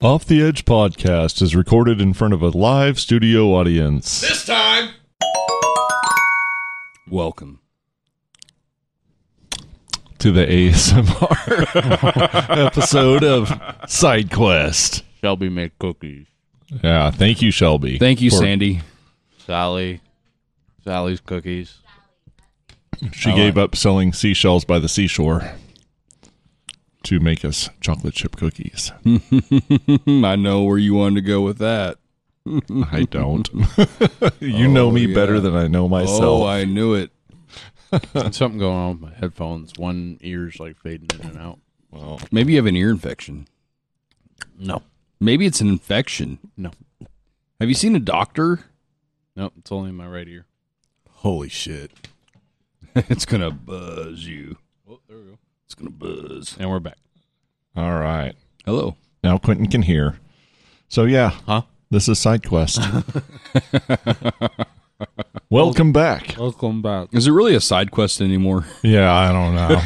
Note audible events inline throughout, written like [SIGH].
Off the Edge podcast is recorded in front of a live studio audience. This time. Welcome. to the ASMR [LAUGHS] episode of Side Quest. Shelby made cookies. Yeah, thank you, Shelby. Thank you, for- Sandy. Sally. Sally's cookies. She gave up selling seashells by the seashore to make us chocolate chip cookies. Hmm, I know where you wanted to go with that. I don't. [LAUGHS] you know me Oh, yeah. better than I know myself. Oh, I knew it. There's something going on with my headphones. One ear's like fading in and out. Maybe you have an ear infection. No. Maybe it's an infection. No. Have you seen a doctor? No, it's only in my right ear. Holy shit. [LAUGHS] it's going to buzz you. Oh, there we go. It's going to buzz. And we're back. All right. Hello. Now Quentin can hear. So yeah, Huh? this is Side [LAUGHS] Quest. Welcome back. Welcome back. Is it really a side quest anymore? [LAUGHS] Yeah, I don't know.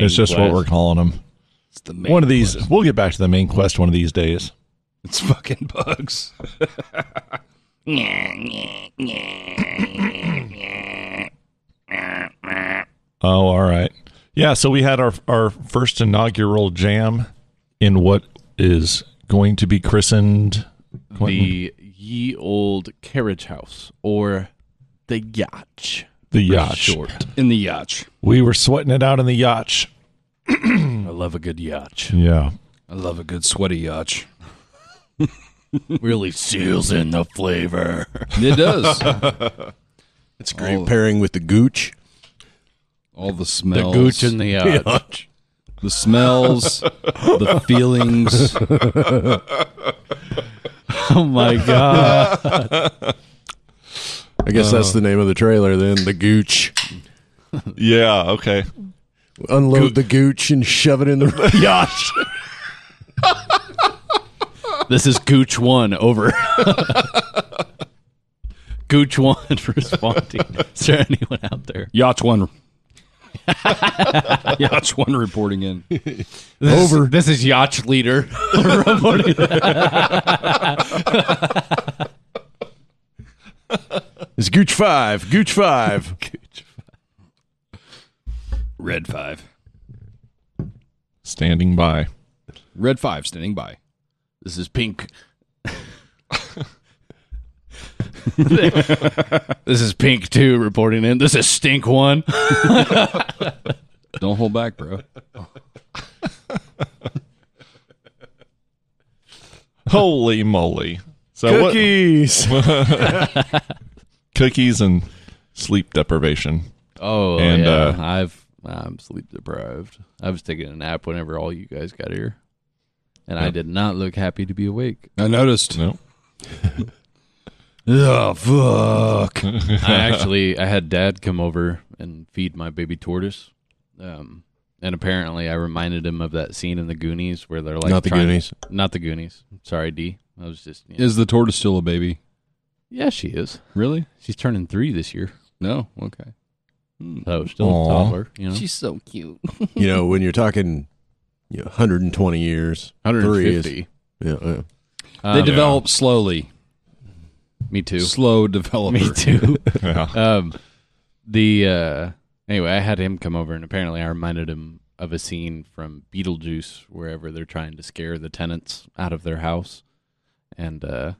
It's [LAUGHS] just what we're calling them. It's the main one of these we'll get back to the main quest one of these days It's fucking bugs. oh all right yeah so we had our our first inaugural jam in what is going to be christened Quentin? the ye old carriage house or the yacht. the yacht Short. In the yacht. we were sweating it out in the yacht I love a good yacht. yeah I love a good sweaty [LAUGHS] yacht. really seals in the flavor. It does. It's great Oh. pairing with the gooch. [LAUGHS] All the The smells. gooch [LAUGHS] and the yacht. the smells, the feelings. Oh [LAUGHS] my god. I guess that's the name of the trailer then, the gooch. yeah okay Unload the gooch and shove it in the yacht. this is gooch one over. [LAUGHS] gooch one responding. Is there anyone out there? Yacht [LAUGHS] one. Yacht one reporting in. This- This is [LAUGHS] Yacht Leader. It's gooch 5, gooch 5. Red five. standing [LAUGHS] by Red five standing by. This is Pink. this is Pink 2 reporting in. This is Stink 1. Don't hold back, bro. holy moly so what- Cookies. [LAUGHS] cookies and sleep [LAUGHS] deprivation Oh, And, yeah. uh, I've, I'm sleep deprived. I was taking a nap whenever all you guys got here. And I did not look happy to be awake. I noticed. no Oh fuck. [LAUGHS] I actually I had dad come over and feed my baby tortoise. Um, and apparently I reminded him of that scene in the Goonies where they're like Not the trying- Goonies. Not the Goonies. Sorry, D. I was just you know. Is the tortoise still a baby? Yeah, she is. Really? She's turning three this year. No. Okay. Hmm. So still Aw. a toddler. You know, She's so cute. [LAUGHS] You know, when you're talking you know, 120 years, three is- yeah, uh, yeah. Um, They develop slowly. Me too. Slow developer. [LAUGHS] Me [LAUGHS] [LAUGHS] too. yeah um, the uh, anyway, I had him come over, and apparently, I reminded him of a scene from Beetlejuice, wherever they're trying to scare the tenants out of their house, and uh,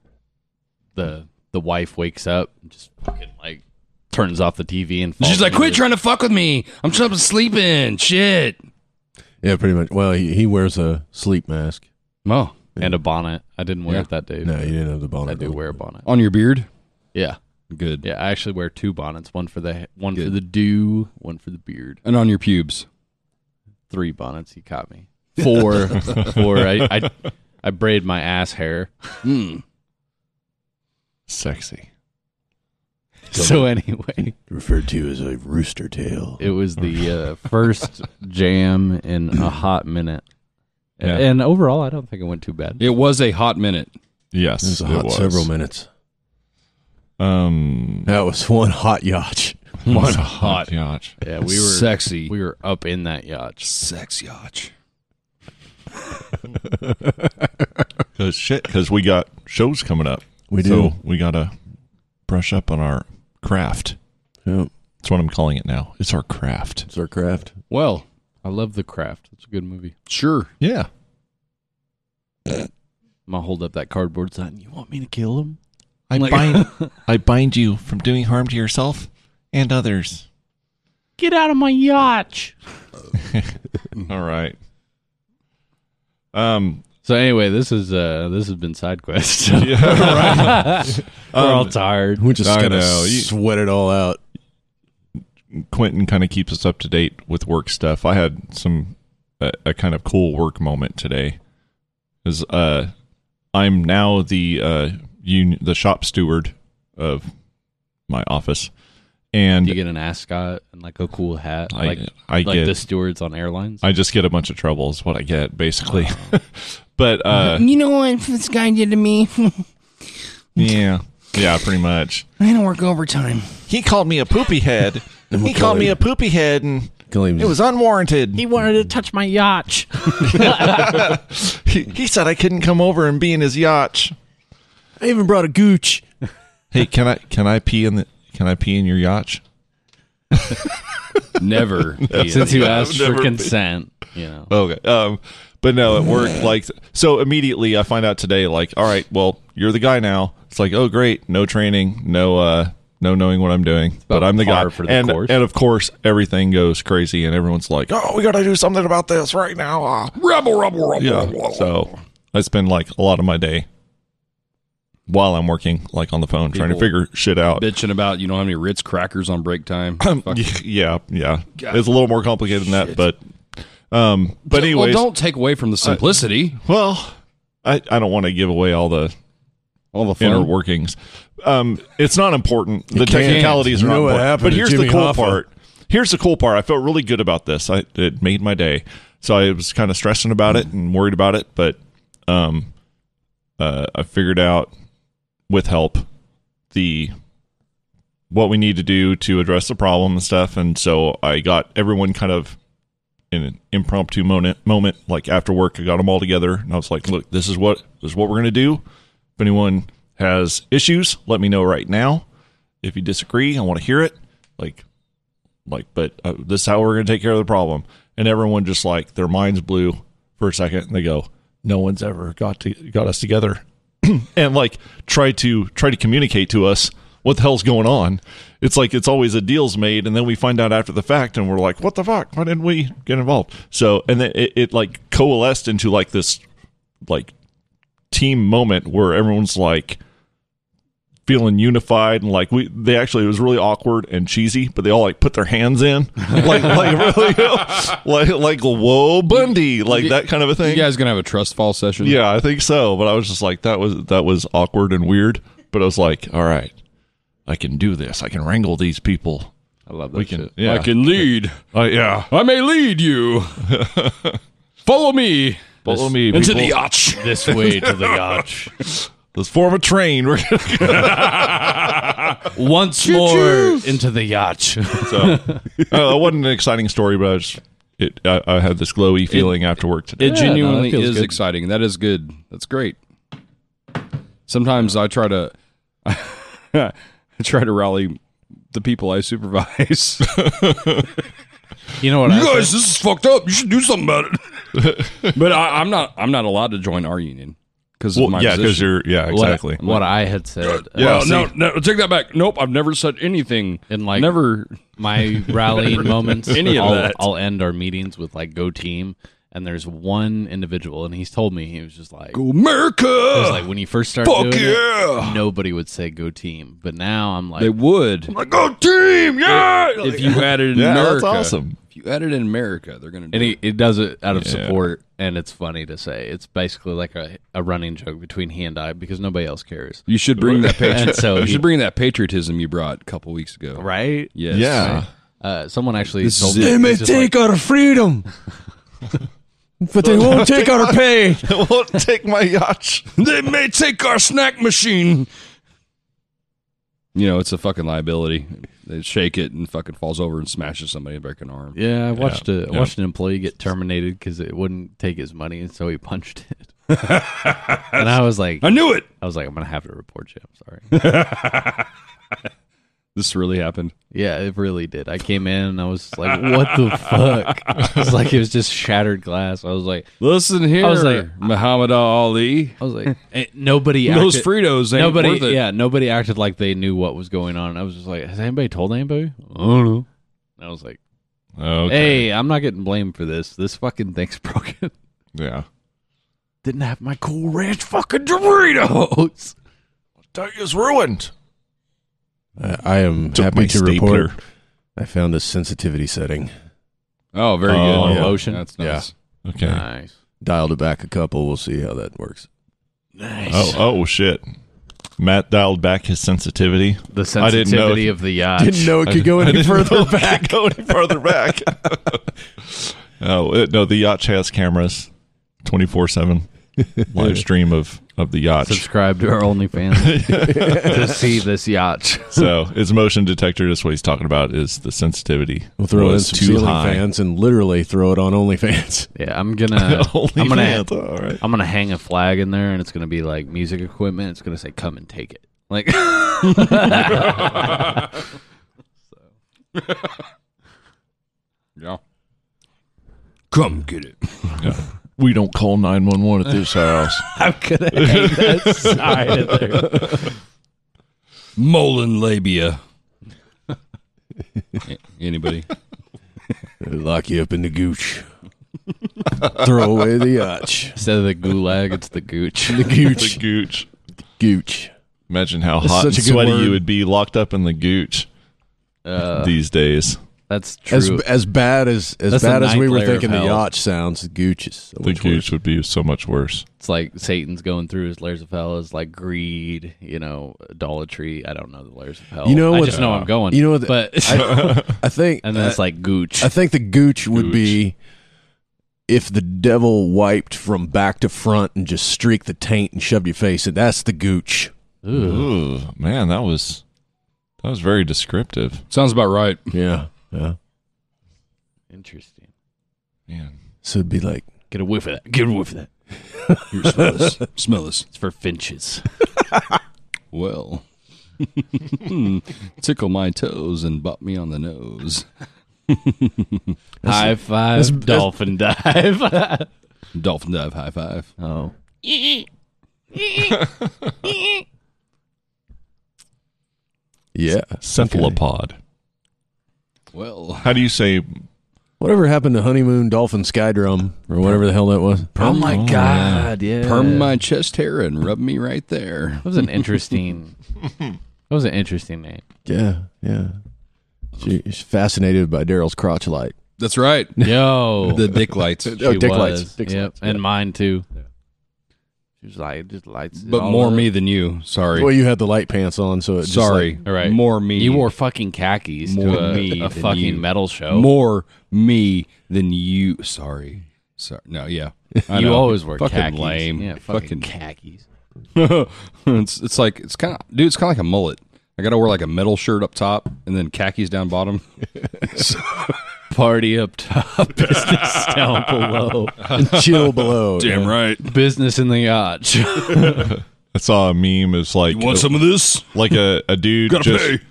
the the wife wakes up and just fucking like turns off the TV and falls She's like, into quit the- trying to fuck with me. I'm trying to sleep in. Shit. Yeah, pretty much. Well, he, he wears a sleep mask. Oh. and a bonnet. I didn't wear Yeah. it that day. No, you didn't have the I bonnet. do on. wear a bonnet. On your beard? Yeah. Oh, Good. Yeah, I actually wear two bonnets: one for the one for Good. the do, one for the beard. And on your pubes. Three bonnets. He caught me. [LAUGHS] Four, four. I, I I braid my ass hair. sexy So anyway, Referred to as a rooster tail. it was the uh, first jam in a hot minute, Yeah. and overall, I don't think it went too bad. It was a hot minute. yes It was a hot several minutes. [LAUGHS] um That was [LAUGHS] one hot yacht. one hot [LAUGHS] yacht Yeah, we were sexy. we were up in that yacht. sex yacht. uh, shit because we got shows coming up. We do. So we gotta brush up on our craft. Yep. That's what I'm calling it now. It's our craft. It's our craft. Well, I love The Craft. It's a good movie. Sure. Yeah. I'm gonna hold up that cardboard sign. You want me to kill him? I Like- I bind you from doing harm to yourself and others. Get out of my yacht. All right. Um. So anyway, this is uh this has been side quest. We're [LAUGHS] Yeah. Right. [LAUGHS] Um, all tired. We just I gotta know. You- sweat it all out. Quentin kind of keeps us up to date with work stuff. I had some a, a kind of cool work moment today. Is uh, I'm now the uh un- the shop steward of my office, and Do you get an ascot and like a cool hat, I like I like get the stewards on airlines? I just get a bunch of trouble is what I get basically. [LAUGHS] but [LAUGHS] uh, You know what this guy did to me? yeah, yeah, pretty much. I don't work overtime. He called me a poopy head. he called me a poopy head, and Claims unwarranted. He wanted to touch my yacht. [LAUGHS] He, he said I couldn't come over and be in his yacht. I even brought a gooch. Hey, can I can I pee in the can I pee in your yacht? [LAUGHS] never since you asked I've for never been. consent. You know, Okay. Um, but no, it worked. Like so, immediately I find out today. Like, all right, well, you're the guy now. It's like, oh, great, no training, no, uh, no knowing what I'm doing, but about I'm the guy. par for the and course. and of course, everything goes crazy, and everyone's like, oh, we got to do something about this right now. Uh, Rebel, rebel, rebel. yeah. So I spend like a lot of my day while I'm working, like on the phone, trying to People figure shit [LAUGHS] out. Bitching about you don't have any Ritz crackers on break time. Fuck. yeah, yeah. It's a little more complicated than that, but um, but anyways, well, don't take away from the simplicity. well I, I don't want to give away all the All the inner fun. workings. Um, it's not important. The can't. technicalities are You not know what important. happened but to here's Jimmy the cool Hoffa. part. Here's the cool part. I felt really good about this. I it made my day. So I was kind of stressing about it and worried about it, but um, uh, I figured out with help the what we need to do to address the problem and stuff. And so I got everyone kind of in an impromptu moment, moment like after work, I got them all together and I was like, look, this is what, this is what we're going to do. If anyone has issues, let me know right now. If you disagree, I want to hear it. Like, like, but uh, this is how we're going to take care of the problem. And everyone just like their minds blew for a second and they go, no one's ever got to got us together and like try to try to communicate to us what the hell's going on. It's like it's always a deal's made, and then we find out after the fact, and we're like, "What the fuck? Why didn't we get involved?" So, and then it, it like coalesced into like this like team moment where everyone's like feeling unified and like we they actually it was really awkward and cheesy but they all like put their hands in [LAUGHS] like like really like like whoa bundy like that kind of a You thing guys gonna have a trust fall session? yeah, I think so. But I was just like, that was that was awkward and weird. But I was like, all right, I can do this. I can wrangle these people. I love that We can, shit. yeah, I can lead. Uh, yeah. I may lead you. Follow me Follow me into the people. yacht. This way to [LAUGHS] the yacht. Let's form a train. [LAUGHS] We're [LAUGHS] gonna- Once more into the yacht. so uh, it wasn't an exciting story, but I just it. I, I had this glowy feeling after work today. It genuinely feels is good. exciting. That is good. That's great. Sometimes I try to [LAUGHS] I try to rally the people I supervise. You know what? I think? this is fucked up. You should do something about it. [LAUGHS] but I, I'm not. I'm not allowed to join our union because of my well, yeah, because position. you're yeah What- exactly. What, I had said. uh, Yeah, Well, no, no, take that back. Nope, I've never said anything. And, like- never. my rallying moments. any of I'll, that. I'll end our meetings with like go team, and there's one individual, and he's told me he was just like, he was America. like when you first started Fuck doing yeah. it, nobody would say go team, but now I'm [LAUGHS] like, They would. Like, go team, yeah. If you added in yeah, America, that's awesome. If you added in America, they're gonna. Do and he, it does it out of Yeah. support, and it's funny to say. It's basically like a, a running joke between he and I because nobody else cares, You should bring that And [LAUGHS] patri- [LAUGHS] so you he- should bring that patriotism you brought a couple weeks ago. right? Yes. Yeah, Uh, someone actually This told is me it. he's They may just like, our [LAUGHS] freedom, but they won't take our pay. [LAUGHS] well, take my yacht. They may take our snack machine. You know, it's a fucking liability. They shake it and fucking falls over and smashes somebody and break an arm. Yeah, I watched a I yeah. watched an employee get terminated because it wouldn't take his money, and so he punched it. and I was like, I knew it. I was like, I'm gonna have to report you. I'm sorry. This really happened. yeah, it really did. I came in and I was like, what the fuck? It was like it was just shattered glass. I was like, Listen here, was like- Muhammad Ali. I was like, eh, nobody. Those acted- Fritos ain't nobody. worth it. Yeah, nobody acted like they knew what was going on. I was just like, has anybody told anybody? I don't know. And I was like, Okay. hey, I'm not getting blamed for this. This fucking thing's [LAUGHS] broken. Yeah. Didn't have my cool ranch fucking Doritos. Day is ruined. I, I am Took my happy to stapler. report I found a sensitivity setting. Oh, very Oh, good. yeah. lotion? That's nice. Okay. Nice. Dialed it back a couple. We'll see how that works. Nice. Oh, oh shit. Matt dialed back his sensitivity. the I didn't know sensitivity of the yacht. Didn't know it Oh, could go I any didn't further [LAUGHS] know it could back. Go any further back. [LAUGHS] oh it- no, the yacht has cameras, twenty four [LAUGHS] seven live stream of of the yacht. Subscribe to [LAUGHS] our OnlyFans to see this yacht. So his motion detector. That's what he's talking about. Is the sensitivity We'll throw in was some too ceiling high? [LAUGHS] fans and literally throw it on [LAUGHS] OnlyFans. Yeah, I'm gonna. Only I'm gonna. fans, all right. I'm gonna hang a flag in there, and it's gonna be like music equipment. It's gonna say, "Come and take it." Like, [LAUGHS] Yeah. Come get it. We don't call nine one one at this house. I'm gonna hang that [LAUGHS] sign in there. Molin labia. Anybody? Lock you up in the [LAUGHS] gooch. throw away the yacht. [LAUGHS] Instead of the gulag, it's the [LAUGHS] gooch. The the gooch. gooch. [LAUGHS] gooch. Imagine how That's hot and such a good sweaty word. you would be locked up in the gooch Uh, these days. that's true. As as bad as as That's the bad as we ninth were layer of thinking the hell. yacht sounds, the gooch is so The much worse. gooch would be so much worse. it's like Satan's going through his layers of hell. Is like greed, you know, idolatry. I don't know the layers of hell. You know I what- just know I'm going. You know what? but I, I think [LAUGHS] and then it's I- like gooch. I think the gooch would be if the devil wiped from back to front and just streaked the taint and shoved your face. And that's the gooch. Ooh. Ooh, man, that was that was very descriptive. Sounds about right. Yeah, yeah. Interesting. Man, So it'd be like Get a whiff of that. Get a whiff of that. [LAUGHS] Here, smell this. smell this. It's for finches. Well, Hmm. tickle my toes and bop me on the nose. High five, dolphin [LAUGHS] dive. Dolphin dive high five. oh. yeah, cephalopod. Well, How do you say? Whatever happened to honeymoon dolphin sky drum or whatever the hell that was? Oh my god, yeah. perm my chest hair and rub me right there. That [LAUGHS] was an interesting. that was an interesting name. Yeah, yeah. She, she's fascinated by Daryl's crotch light. That's right. [LAUGHS] Yo. The dick [LAUGHS] lights, Oh, she dick was. lights. Dick yep, lights, and mine too. She was like, just lights. it but all more up. me than you. Sorry. Well, you had the light pants on, so it just, Sorry. like, All right. More me. You wore fucking khakis More to a, me a than fucking you. metal show. more me than you. Sorry. Sorry. No, yeah. I [LAUGHS] you know. always wore fucking khakis. lame. Yeah, fucking khakis. [LAUGHS] it's it's like it's kind of dude. It's kind of like a mullet. I gotta wear like a metal shirt up top and then khakis down bottom. Party up top, business down below, chill below. yeah. right. [LAUGHS] business in the yacht. I saw a meme. It's like of this? like a a dude just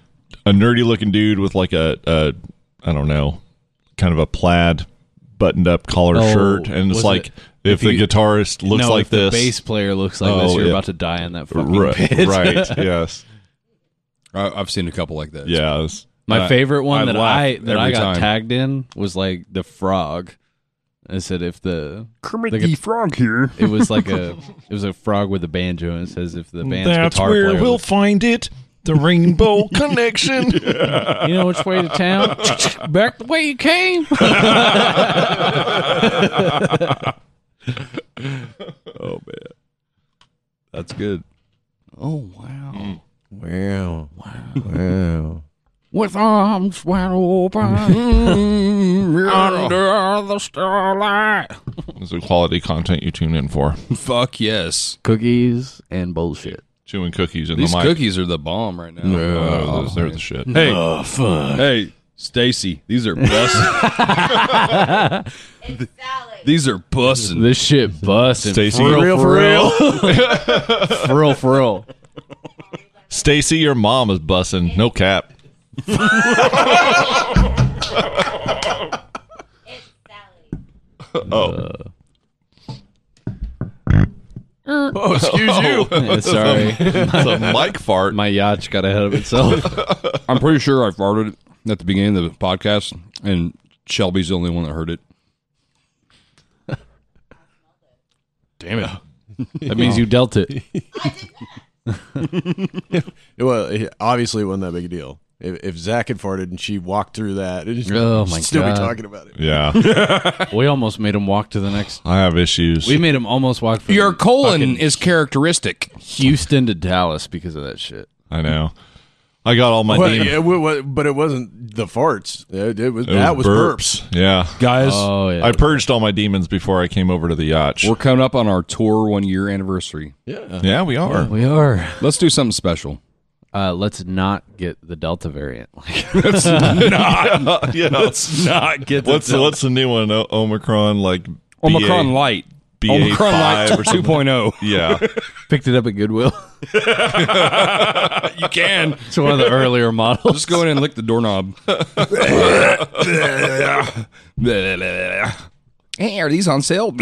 a nerdy looking dude with like a, a I don't know, kind of a plaid buttoned up collar Oh, shirt, and it's was like it- if, if the you- guitarist looks no, like if this, The bass player looks like this. Oh, You're yeah. about to die in that fucking Ri- pit. right? yes, I, I've seen a couple like that. yeah. it's- [LAUGHS] My I- favorite one I that laugh I that I every got time. tagged in was like the frog. I said if the Kermit the the Frog here. it was like a [LAUGHS] it was a frog with a banjo and it says if the band's guitar player looks- find it. The rainbow connection. you know which way to town back the way you came. That's good. Oh wow! Wow. Wow. With arms wide open under the starlight. This is the quality content you tune in for. Fuck yes. Cookies and bullshit. Chewing cookies in These the mic. cookies are the bomb right now. Oh, Oh, those- they're the shit. Hey, Oh, fun. hey, Stacy, these are bus. It's salad. these are bussing. This shit busting. Stacy. for Real real, for for real, [LAUGHS] for real, for [LAUGHS] real. Stacy, your mom is bussing. No cap. It's salad. Oh, excuse Yeah, sorry, it's a mic fart. my yacht got ahead of [LAUGHS] itself. I'm pretty sure I farted at the beginning of the podcast, and Shelby's the only one that heard it. Damn it. That means you dealt it. Well, it obviously it wasn't that big a deal. If, if Zach had farted and she walked through that, [LAUGHS] it'd just- Oh, my still God. be talking about it. Yeah, We almost made him walk to the next. [LAUGHS] I have issues. We made him almost walk from Your colon fucking is characteristic. Houston to Dallas because of that shit. I know. I got all my Well, demons. yeah, it wa- wa- but it wasn't the farts. It, it was It that was burps. Yeah. Guys, Oh yeah, I purged all my demons before I came over to the yacht. we're coming up on our tour one year anniversary. Yeah, yeah, we are. we are. Let's do something special. Uh, let's not get the Delta variant. [LAUGHS] [LAUGHS] yeah. Let's not get what's the, what's the new one? O- Omicron like Omicron BA, light. BA Omicron light five or something. 2.0. [LAUGHS] Yeah, Picked it up at Goodwill. You can. It's one of the earlier models. [LAUGHS] Just go in and lick the doorknob. hey, are these on sale? Oh,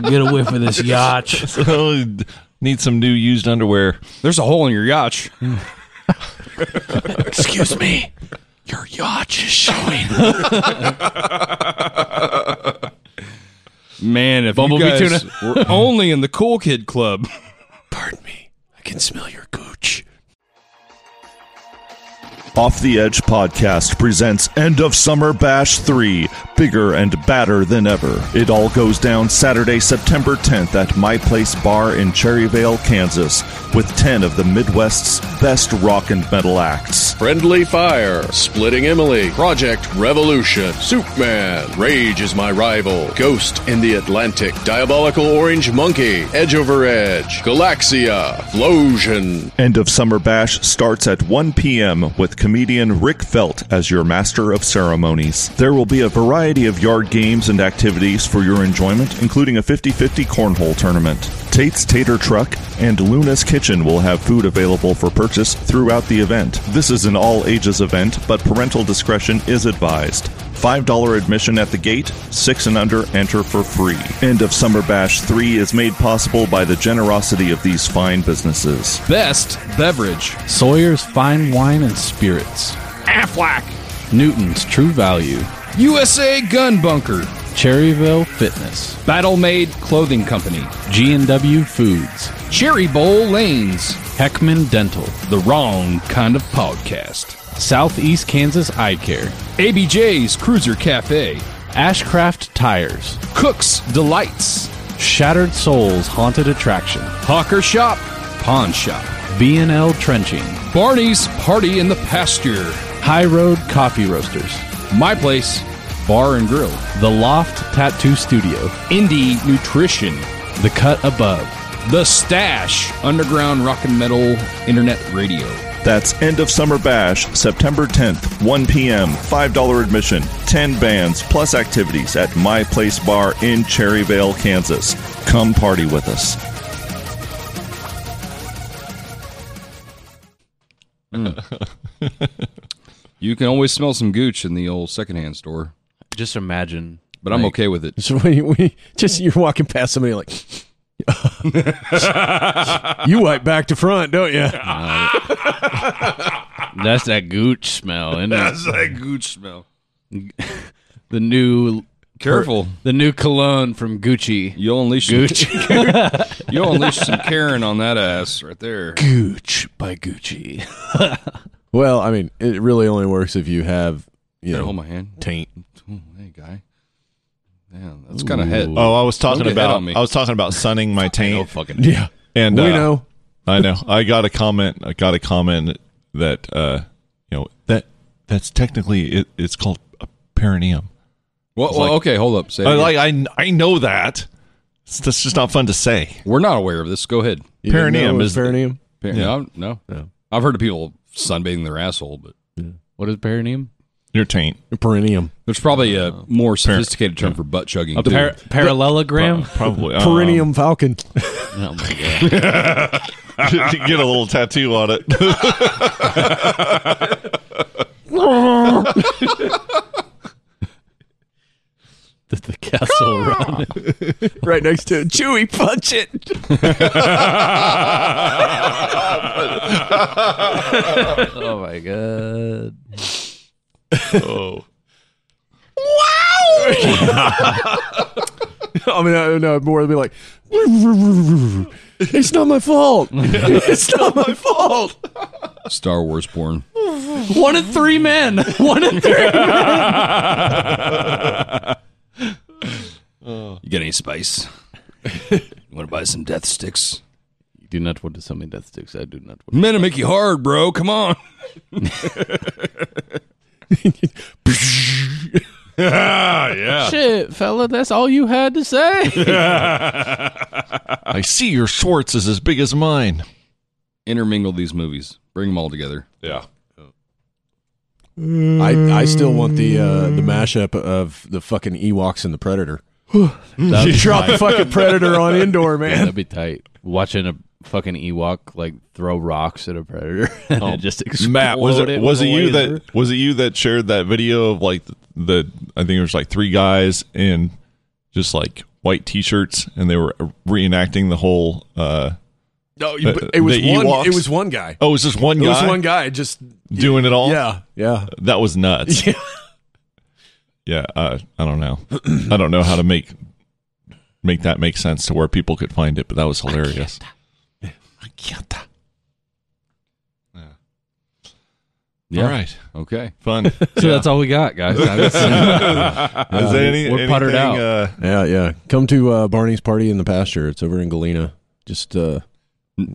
get away from this yacht. so need some new used underwear. There's a hole in your yacht. Excuse me. Your yacht is showing. Man, if Bumblebee Bumblebee you guys were only in the cool kid club. pardon me. I can smell your gooch. Off the Edge podcast presents End of Summer Bash 3, bigger and badder than ever. It all goes down Saturday, September 10th at My Place Bar in Cherryvale, Kansas, with 10 of the Midwest's best rock and metal acts. Friendly Fire, Splitting Emily, Project Revolution, Superman, Rage is My Rival, Ghost in the Atlantic, Diabolical Orange Monkey, Edge Over Edge, Galaxia, Flosion. End of Summer Bash starts at 1 p.m. with comedian Rick Felt as your master of ceremonies. There will be a variety of yard games and activities for your enjoyment, including a 50 50 cornhole tournament. Tate's Tater Truck and Luna's Kitchen will have food available for purchase throughout the event. This is an all ages event, but parental discretion is advised. $5 admission at the gate, 6 and under enter for free. End of Summer Bash 3 is made possible by the generosity of these fine businesses. Best beverage. Sawyer's Fine Wine and Spirits. Aflac. Newton's True Value. USA Gun Bunker. Cherryville Fitness. Battle Made Clothing Company. G&W Foods. Cherry Bowl Lanes. Heckman Dental. The wrong kind of podcast. Southeast Kansas Eye Care. ABJ's Cruiser Cafe. Ashcraft Tires. Cook's Delights. Shattered Souls Haunted Attraction. Hawker Shop. Pawn Shop. B&L Trenching. Barney's Party in the Pasture. High Road Coffee Roasters. My Place Bar and Grill. The Loft Tattoo Studio. Indie Nutrition. The Cut Above. The Stash. Underground rock and metal internet radio. That's End of Summer Bash, September 10th, 1 p.m., $5 admission, 10 bands, plus activities at My Place Bar in Cherryvale, Kansas. Come party with us. You can always smell some gooch in the old secondhand store, Just imagine. but I'm okay [LAUGHS] with it. [LAUGHS] So when you, when you- just you're walking past somebody like, [LAUGHS] you wipe back to front, don't you? That's that gooch smell, isn't it? that gooch smell. The new Careful. the new cologne from Gucci. You'll unleash Gooch. Some, [LAUGHS] you'll unleash [LAUGHS] some Karen on that ass right there. Gooch by Gucci. Well, I mean, it really only works if you have you Here, hold know my hand. taint. Oh, hey, guy. Yeah, that's kind of head. Oh, I was talking Don't get head about on me. I was talking about sunning my taint. fucking. Yeah, And we uh, know. I know. I got a comment. I got a comment that uh, you know that that's technically it, it's called a perineum. Well, well, okay, hold up. Say it I, again. like I I know that. It's, that's just not fun to say. We're not aware of this. Go ahead. You didn't know perineum it was is- perineum. Par- Yeah. No, no. I've heard of people sunbathing their asshole, but What is perineum? Your taint. Perennium. There's probably a more sophisticated term for butt chugging. A too. par- parallelogram? Probably. um, Perennium falcon. [LAUGHS] [LAUGHS] oh my god! Uh, you get a little tattoo on it. The, the castle run. right next to it. Chewy, punch it. [LAUGHS] Oh my god! I mean, I don't know. More be like, it's not [LAUGHS] my fault. It's not my fault. Star Wars porn. One in three men. One in three. You get any spice? [LAUGHS] you want to buy some death sticks? You do not want to sell me death sticks. I do not. want Men to make you hard, bro. Come on. Shit, fella, that's all you had to say. I see your Schwartz is as big as mine. Intermingle these movies. Bring them all together. Yeah. I, I still want the uh, the mashup of the fucking Ewoks and [SIGHS] the Predator. That'd be, Drop the fucking Predator [LAUGHS] on indoor, [LAUGHS] man. that'd be tight. Watching a fucking Ewok like throw rocks at a predator [LAUGHS] and it just explode Matt, was it, it was it with a you laser. that was it you that shared that video of like the, I think it was like three guys in just like white t-shirts and they were reenacting the whole uh No, The- but it was the one. Ewoks. It was one guy. oh, it was just one It was guy one guy. Just doing it all? yeah, yeah. That was [LAUGHS] nuts. [LAUGHS] Yeah. Yeah, uh, I don't know. I don't know how to make make that make sense to where people could find it, but that was hilarious. Yeah. All right. Okay. Fun. So that's all we got, guys. [LAUGHS] Is there any, we're puttered anything, out. Uh, Yeah, yeah. Come to uh, Barney's party in the pasture. It's over in Galena. Just uh,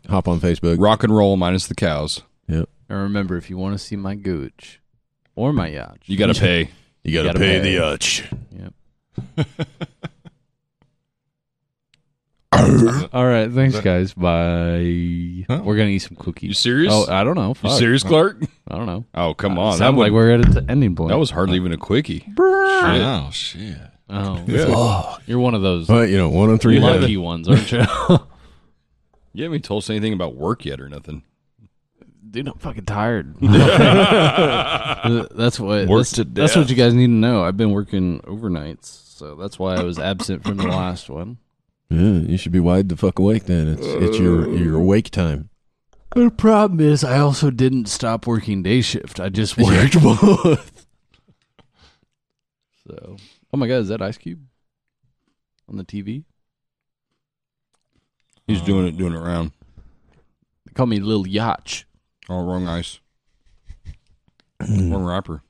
hop on Facebook. Rock and roll minus the cows. and remember, if you want to see my gooch or my yacht, You [LAUGHS] got to pay. uh, You gotta, gotta pay, pay. the utch. All right, thanks, guys. Bye. Huh? We're gonna eat some cookies. You serious? Oh, I don't know. You Fuck. serious, Clark? I don't know. Uh, Oh, come on. That, Sounds would- like we're at the ending point. that [LAUGHS] was hardly even a quickie. oh, shit. [LAUGHS] Oh, you're one of those But you know, one on three. lucky ones, [LAUGHS] aren't you? You haven't told us anything about work yet or nothing. Dude, I'm [LAUGHS] fucking tired. that's what Worked that's, to that's what you guys need to know. I've been working overnights, so that's why I was absent from the last one. Yeah, you should be wide the fuck awake then. It's it's your your wake time. But the problem is, I also didn't stop working day shift. [LAUGHS] I just worked both. So, oh my god, is that Ice Cube on the TV? He's doing it, doing it around. They call me Lil Yach. Oh, wrong ice. wrong rapper.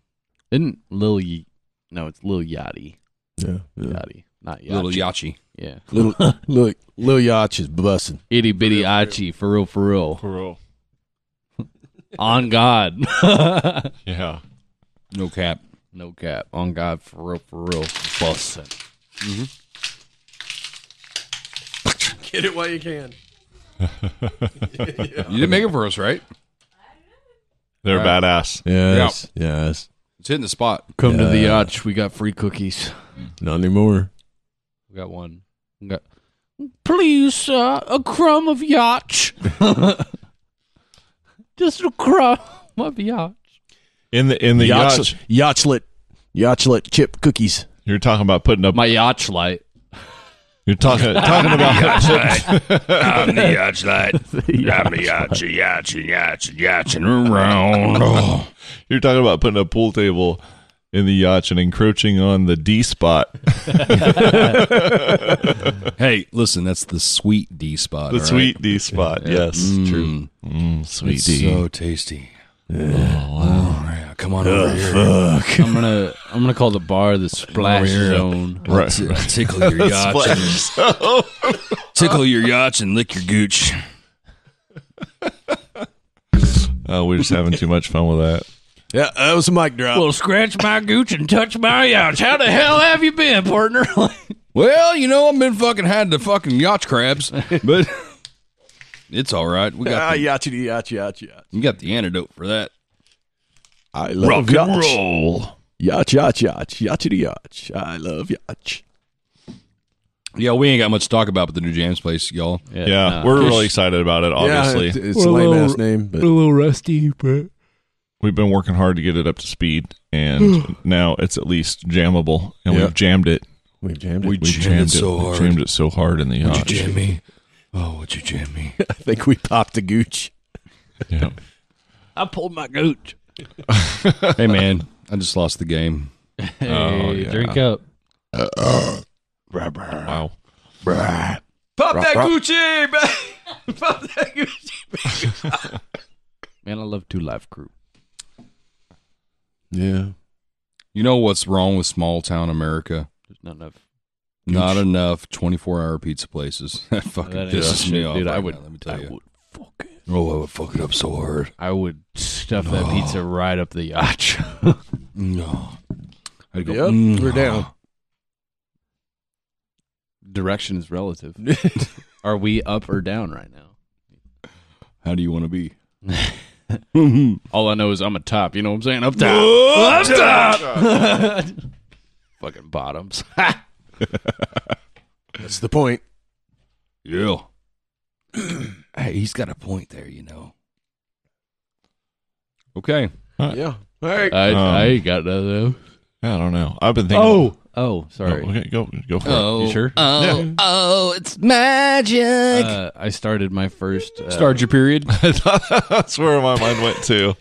Isn't Lil Ye? No, it's Lil Yachty. Yeah, yeah. Yachty, not Yachty. Little Yachi. yeah, little [LAUGHS] look, Lil Yach is bussing. itty bitty Achi for real, for real. For real. [LAUGHS] on God. [LAUGHS] Yeah. No cap. no cap. On God for real, for real. Bustin'. Get it while you can. You didn't make it for us, right? They're badass. Yes, yes. It's hitting the spot. Come to the yacht. We got free cookies. Not anymore. We got one. We got. Please, sir, a crumb of yacht. Just a crumb of yacht. In the in the yacht, Yachlet, Yachlet, Yachlet chip cookies. you're talking about putting up. My yacht light. You're talking [LAUGHS] talking about. I'm the [LAUGHS] yacht light. I'm the yachi, yachi, yachi, yaching around. You're talking about putting a pool table in the yacht and encroaching on the D spot, Hey, listen, that's the sweet D spot. the all right? sweet D spot. Yes, true. Mm, sweet It's D. so tasty. Oh, wow. yeah, come on over here. I'm Uh, gonna I'm gonna call the bar the splash zone. I'll ti- [LAUGHS] I'll tickle your yachts. and- tickle your yachts and lick your [LAUGHS] gooch. Oh, we're just having too much fun with that. Yeah, that was a mic drop. Well, scratch my gooch and touch my yacht. How the hell have you [LAUGHS] been, partner? Well, you know, I've been fucking had the fucking yacht crabs, [LAUGHS] but it's all right. We got the, Ah, yachi, yachi, yachi, you got the antidote for that. I love Rock yacht. and roll. Yacht, yacht, yacht, yachty yacht. I love yacht. Yeah, we ain't got much to talk about with the new James place, y'all. yeah, no. we're really excited about it. Obviously, yeah, it- it's a lame ass name, but little rusty, but we've been working hard to get it up to speed, and now it's at least jammable, and Yeah. we've jammed it. we've jammed it. We, jammed, it so hard. Jammed it so hard in the yacht. me? Oh, would you jam me? [LAUGHS] I think we popped a gooch. Yeah. I pulled my gooch. hey, man, I just lost the game. [LAUGHS] Hey, Oh, yeah. drink up. Wow. Pop that Gucci, [LAUGHS] Pop that Gucci. Man, I love Two Live Crew. Yeah. You know what's wrong with small town America? There's not enough. Not enough 24 hour pizza places. [LAUGHS] that fucking That ain't pisses shit, me off. dude. right I now, would. let me I tell you. would fuck it. Oh, I would fuck it up so hard. I would stuff that pizza right up [LAUGHS] the yacht. No. I'd go, Yep, "Mm, we're down. Direction is relative. [LAUGHS] Are we up or down right now? How do you want to be? All I know is I'm a top. You know what I'm saying? Up top. Up top. [LAUGHS] Fucking bottoms. That's the point. Yeah. hey, he's got a point there, you know. Okay. Yeah. All right. I, Um, I ain't got nothing. though. I don't know. I've been thinking. oh, Oh, sorry. okay, go go for You sure? Yeah. oh, it's magic. Uh, I started my first. Uh, Start your period. it. That's where my mind went to.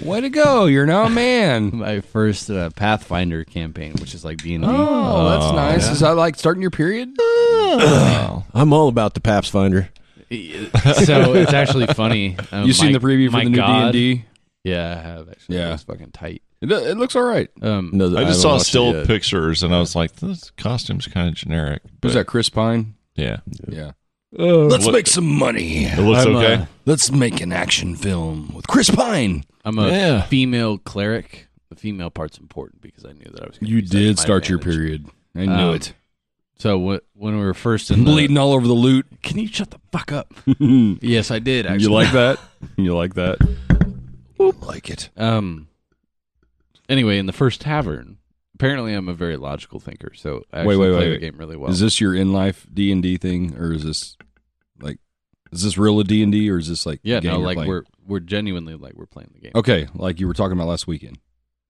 Way to go. You're now a [LAUGHS] man. my first uh, Pathfinder campaign, which is like D and D. Oh, that's nice. Is that like starting your period? I'm all about the Paps Finder. Uh, So it's [LAUGHS] actually funny. Um, you seen my- the preview for my the new God. D&D? Yeah, I have actually. Yeah. Yeah, it's fucking tight. It, it looks all right. Um, No, I haven't just saw watched it still yet. pictures, and I was like, "This costume's kind of generic." Who's but- that, Chris Pine? Yeah, Yeah. Uh, Let's Look- make some money. it looks I'm, okay. uh, let's make an action film with Chris Pine. I'm a Yeah. female cleric. The female part's important because I knew that I was. Gonna You use that to did my start your advantage. period. I knew Um, it. So what, when we were first in the- Bleeding all over the loot. can you shut the fuck up? [LAUGHS] yes, I did. Actually, You like that? You like that? Like it. Um. Anyway, in the first tavern, apparently I'm a very logical thinker, so I Wait, actually wait, play wait. the game really well. Is this your in life D and D thing, or is this like is this real D and D, or is this like yeah, the game no, you're like playing? Oh, we're we're genuinely like we're playing the game. okay, like you were talking about last weekend.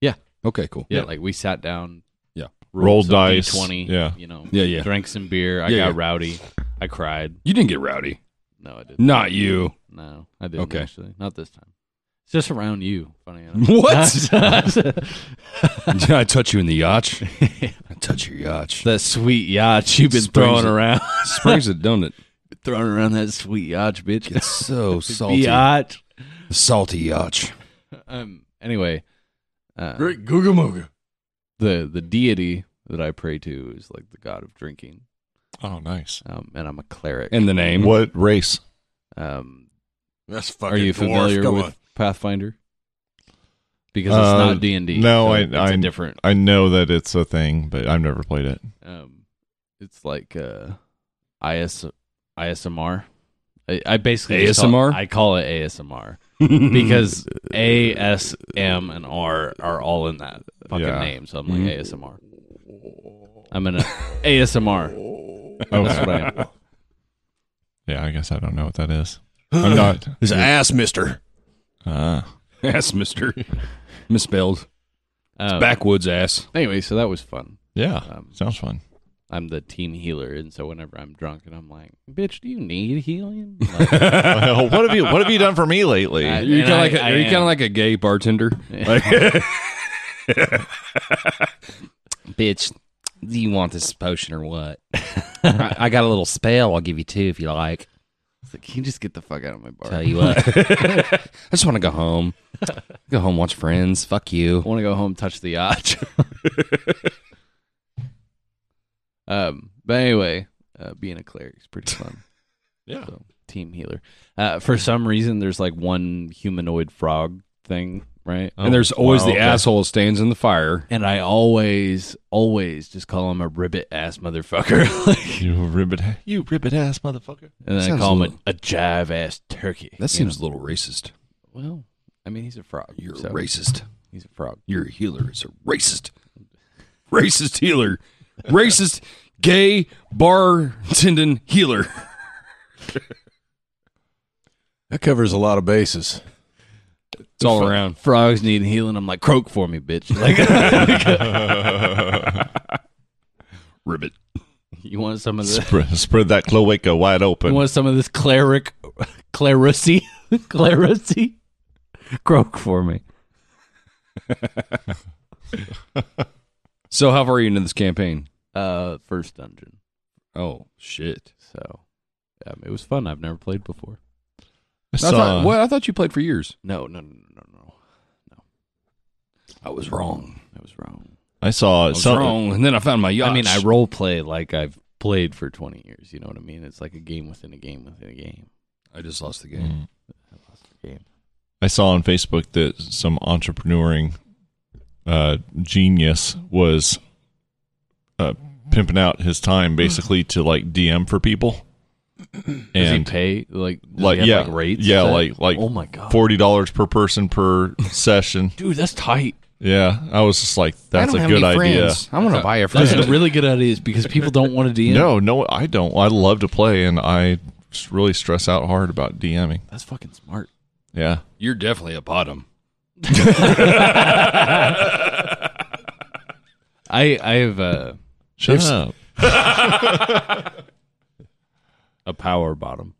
Yeah. Okay. Cool. Yeah, like we sat down. Yeah. Rolled dice, Twenty. yeah. You know. Yeah, yeah. Drank some beer. I Yeah, got yeah. rowdy. I cried. You didn't get [LAUGHS] rowdy. No, I didn't. Not you. No, I didn't Okay. actually. Not this time. It's just around you. Funny [LAUGHS] enough. What? Did I touch you in the yacht? I touch your yacht. [LAUGHS] that sweet yacht you've been Springs throwing it. around, Springs it, don't it? throwing around that sweet yacht, bitch. It's [LAUGHS] so salty. Yacht. Salty yacht. [LAUGHS] Um. Anyway, uh, Great Googamoga. the the deity that I pray to is like the god of drinking, Oh, nice. um, and I'm a cleric. And the name. What [LAUGHS] race? um, That's fucking are you dwarf. familiar Come with on. Pathfinder? Because it's Uh, not D and D. no, I- it's I- a different. I know that it's a thing, but I've never played it. Um, it's like uh, IS ISMR. I, I basically just ASMR? Call, I call it ASMR because A, S, M, and R are all in that fucking Yeah. name. So I'm like ASMR. I'm in a ASMR. Oh, That's what I am. Yeah, I guess I don't know what that is. I'm [LAUGHS] not. His ass, mister. Uh, ass, Mister. Misspelled. Oh. Um, Backwoods ass. Anyway, so that was fun. yeah, Um, sounds fun. I'm the team healer, and so whenever I'm drunk and I'm like, "Bitch, do you need healing?" Like, Well, what have you What have you done for me lately? I- You're and kind of I- like a, I you're kind of am. like a gay bartender. bitch, do you want this potion [LAUGHS] or what? I, I got a little spell. I'll give you two if you like. It's like, "Can you just get the fuck out of my bar?" Tell you what, I just want to go home. Go home, watch Friends. Fuck I you. want to go home, touch the yacht. [LAUGHS] um, but anyway, uh, being a cleric is pretty fun. [LAUGHS] Yeah. So, team healer. Uh, for some reason, there's like one humanoid frog thing, right? Oh, and there's always wow, the okay. asshole that stands in the fire. And I always, always just call him a ribbit ass motherfucker. [LAUGHS] Like, You ribbit, you ribbit ass motherfucker. and then I Sounds call a him a, a jive ass turkey. That seems a little racist. well. I mean, he's a frog. You're so a racist. He's a frog. Your healer is a racist. Racist healer. Racist gay bar tendon healer. [LAUGHS] That covers a lot of bases. It's all around. Frogs need healing. I'm like, croak for me, bitch. [LAUGHS] Like, Ribbit. you want some of this? Spread, spread that cloaca wide You open. want some of this cleric, clericy, [LAUGHS] clericy? Croak for me. So how far are you into this campaign? Uh, first dungeon. Oh shit. So, um, it was fun. I've never played before. I I saw- thought, what I thought you played for years. No, no, no, no, no, no. I was wrong. That was wrong. I saw I was Uh, some- wrong. And then I found my yacht. I mean, I role play like I've played for 20 years. You know what I mean? It's like a game within a game within a game. I just lost the game. Mm. game. I saw on Facebook that some entrepreneuring uh, genius was uh, pimping out his time basically to like DM for people. Does And he pay like does like he have, yeah, like rates? yeah, set? like like oh my god, forty dollars per person per session. dude, that's [LAUGHS] tight. Yeah, I was just like, that's a good idea. I want to buy a That's friend. a really good idea. Is because people don't want to DM. No, no, I don't. I love to play, and I s- really stress out hard about DMing. that's fucking smart. Yeah, You're definitely a bottom. [LAUGHS] I I have uh, a shut up. [LAUGHS] a power bottom.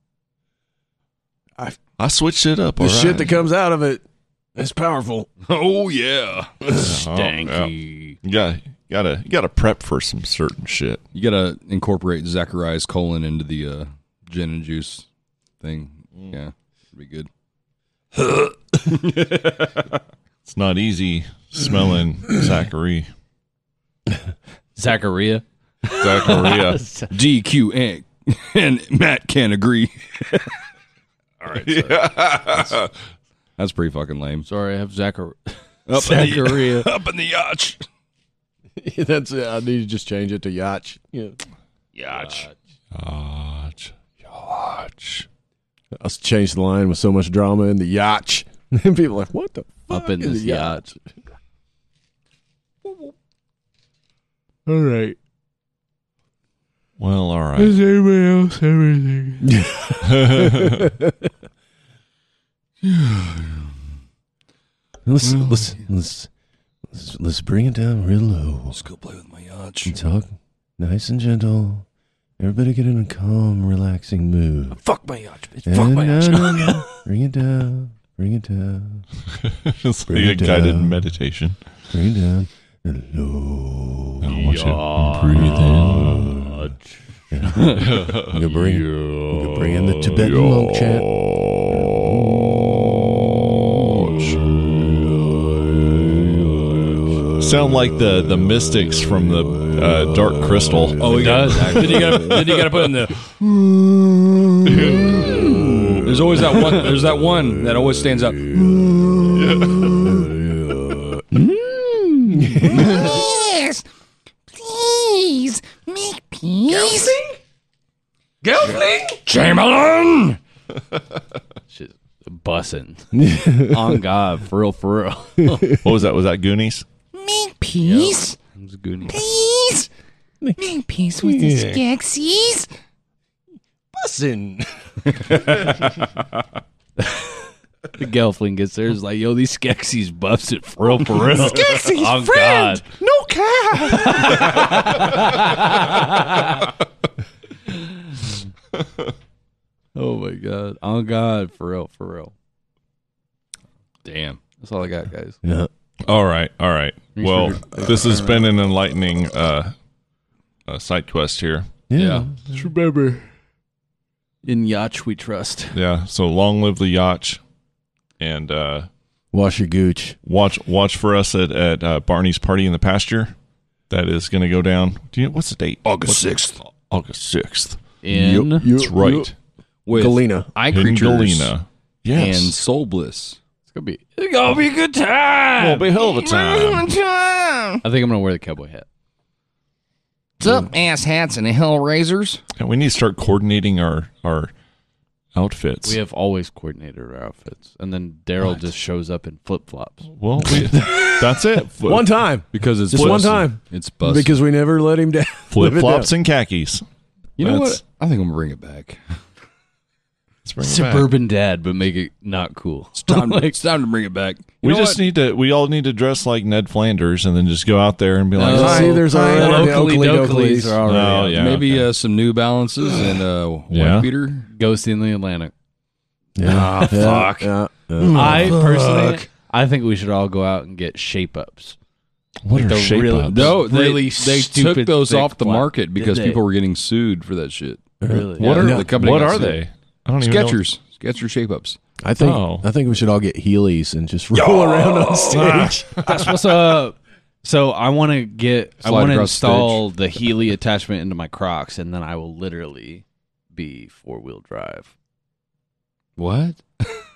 I switched it up. The shit that comes out of it is powerful. Oh yeah. Stanky. Uh-huh, yeah, gotta you gotta prep for some certain shit. You gotta incorporate Zacharias colon into the uh, gin and juice thing. Yeah. It'd be good. It's not easy smelling Zachary Zachariah. Zachariah. DQ and, [LAUGHS] and Matt can't [LAUGHS] agree. [LAUGHS] That's pretty fucking lame. Sorry, I have Zachar- [LAUGHS] Up [LAUGHS] Zachariah. In the, up in the yacht. [LAUGHS] That's it. I need to just change it to yacht. Yeah. Yacht. Yacht. I'll change the line with so much drama in the yacht. [LAUGHS] And people are like, what the fuck? up in this is a yacht. All right. Well, all right. Let's, let's, let's, let's, let's bring it down real low. Let's go play with my yacht. and talk nice and gentle. Everybody get in a calm, relaxing mood. Fuck my yacht, bitch. And Fuck my no, yacht. no, no. Bring it down. Bring it down. [LAUGHS] it's like Bring a it guided down. meditation. Bring it down. And low. I want you to breathe in. You can bring, you can bring in the Tibetan monk chant. Sound like the the mystics from the uh, Dark Crystal. Oh, it does. then you gotta then you gotta put in the There's always that one there's that one that always stands out. Please make peace. Chamberlain! Shit, bussing [LAUGHS] on God for real, for real. What was that? Was that Goonies? Make peace. It was good. Please make peace with the Skeksis. [LAUGHS] The Gelfling gets there. Is like, yo, these Skeksis buffs it for real, for real. Skeksis, Oh, on God. No cow. Oh my God, on God for real, for real. Damn. That's all I got, guys. Yeah. All right, all right. Well, this has been an enlightening uh, uh, side quest here. Yeah. In Yacht we trust. Yeah. So long live the yacht, and uh, Wash your gooch. watch watch for us at at uh, Barney's party in the pasture. That is going to go down. Do you know what's the date? August sixth. August sixth. In That's right. With Galena. eye creatures Galena. Yes. and soul bliss. it's gonna be. It's gonna be a good time. It'll be a hell of a time. time. I think I'm gonna wear the cowboy hat. What's up, ass hats and hell razors? Yeah, we need to start coordinating our our outfits. We have always coordinated our outfits, and then Daryl just shows up in flip flops. [LAUGHS] well, we, [LAUGHS] that's it. One time. because it's Just one busted. time. It's busted. Because we never let him down. Flip Live it flops down. and khakis. you know That's- what? I think I'm gonna bring it back. Let's bring it back. Suburban dad, but make it not cool. [LAUGHS] It's time. To, it's time to bring it back. You We know just what? need to. We all need to dress like Ned Flanders and then just go out there and be like, Uh, "Hi." See, there's already Oakley the Oakley Doakleys Doakleys. are already Oh, out. yeah, maybe uh, some New Balances and uh, white Yeah. beater. Ghost in the Atlantic. Yeah. fuck. Yeah. Mm. Oh, yeah. I personally, I think we should all go out and get shape ups. What Like are the shape real- ups? No, they, really they took stupid those thick off the one. market because Did they? people were getting sued for that shit. Really? What What Yeah, are are- the company What got are sued. they? I don't even Skechers, Skechers shape ups. I think Oh. I think we should all get Heelys and just [LAUGHS] roll [LAUGHS] around on stage. know. Ah, [LAUGHS] That's what's up. So I want to get, I Slide want to across the install the Healy attachment into my Crocs, and then I will literally be four wheel drive What?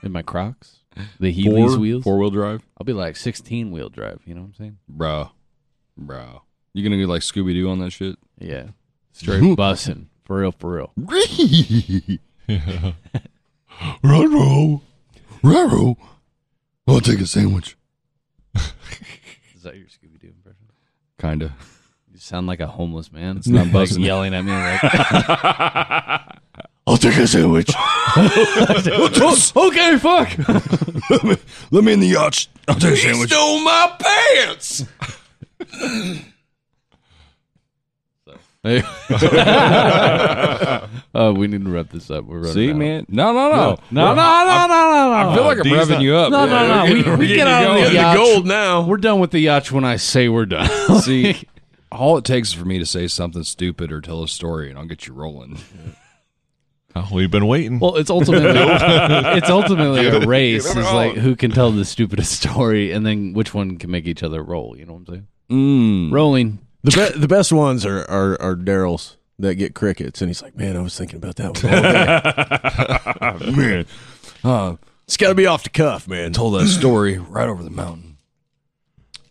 in my Crocs. The Healy's Four wheels. four wheel drive, I'll be like sixteen wheel drive. You know what I'm saying? bro, bro. You gonna get like Scooby Doo on that [LAUGHS] shit? Yeah, [LAUGHS] straight bussing for real, for real. Raro, Raro. I'll take a sandwich. Is that your Scooby Doo impression? Kinda. You sound like a homeless man. [LAUGHS] [LAUGHS] It's not like buzzing. yelling at me [LAUGHS] like, I'll take a [LAUGHS] sandwich. okay, fuck. let, me, let me in the yacht. I'll take a sandwich. stole my pants. hey. uh, we need to wrap this up. We're running See, out. man. No, no, no. No, no, no, no, no, no. I feel like I'm D's revving not- you up. No, no, man. no, We're we- getting- we we're get getting out of going. the yacht. Gold now. We're done with the yacht when I say we're done. [LAUGHS] See, [LAUGHS] all it takes is for me to say something stupid or tell a story, and I'll get you [LAUGHS] rolling. oh, we've been waiting. well, it's [LAUGHS] ultimately it's ultimately [LAUGHS] a race. Is like who can tell the stupidest [LAUGHS] story, and then which one can make each other roll. You know what I'm saying? Mm. Rolling. The be- the best ones are are, are Daryl's that get crickets, and he's like, "Man, I was thinking about that one. all day." [LAUGHS] [LAUGHS] Man. Uh, it's got to be off the cuff, man." told that story right over the mountain.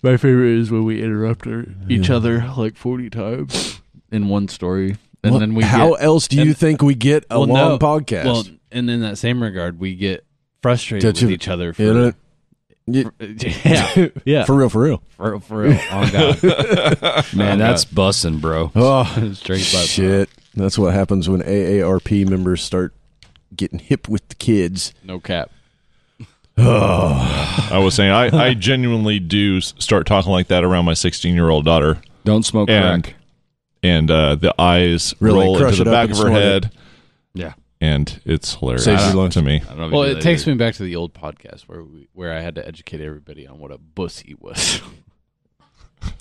My favorite is when we interrupt our, each other like 40 times in one story, and Well, then we how get, else do you and- think we get a well, long no. podcast? Well, and in that same regard, we get frustrated Don't you- with each other. You know, For, yeah, [LAUGHS] yeah, for real, for real. for, for real. On God, Man, that's bussing, bro. Oh [LAUGHS] straight up. shit! That's what happens when AARP members start getting hip with the kids. No cap. I was saying, [LAUGHS] I, I genuinely do s- start talking like that around my 16 year old daughter, Don't smoke And- crack. and uh, the eyes Really roll crush into it the up back and of her snort it. head, Yeah. and it's hilarious Saves your lunch. to me. I don't know if you Well, do it that takes either. me back to the old podcast where we, where I had to educate everybody on what a bussy was. [LAUGHS]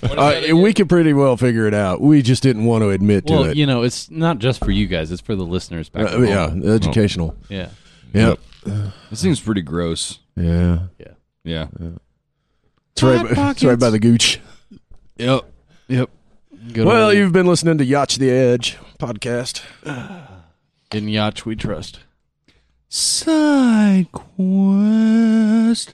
Uh, we could pretty well figure it out. We just didn't want to admit well, to it. you know, it's not just for you guys; it's for the listeners back. Uh, home. yeah, educational. yeah. Yep. It seems pretty gross. Yeah. Yeah. [LAUGHS] It's right, by- it's right by the gooch. Yep. Good Well, old you've been listening to Yacht the Edge podcast. in yacht we trust. Side quest.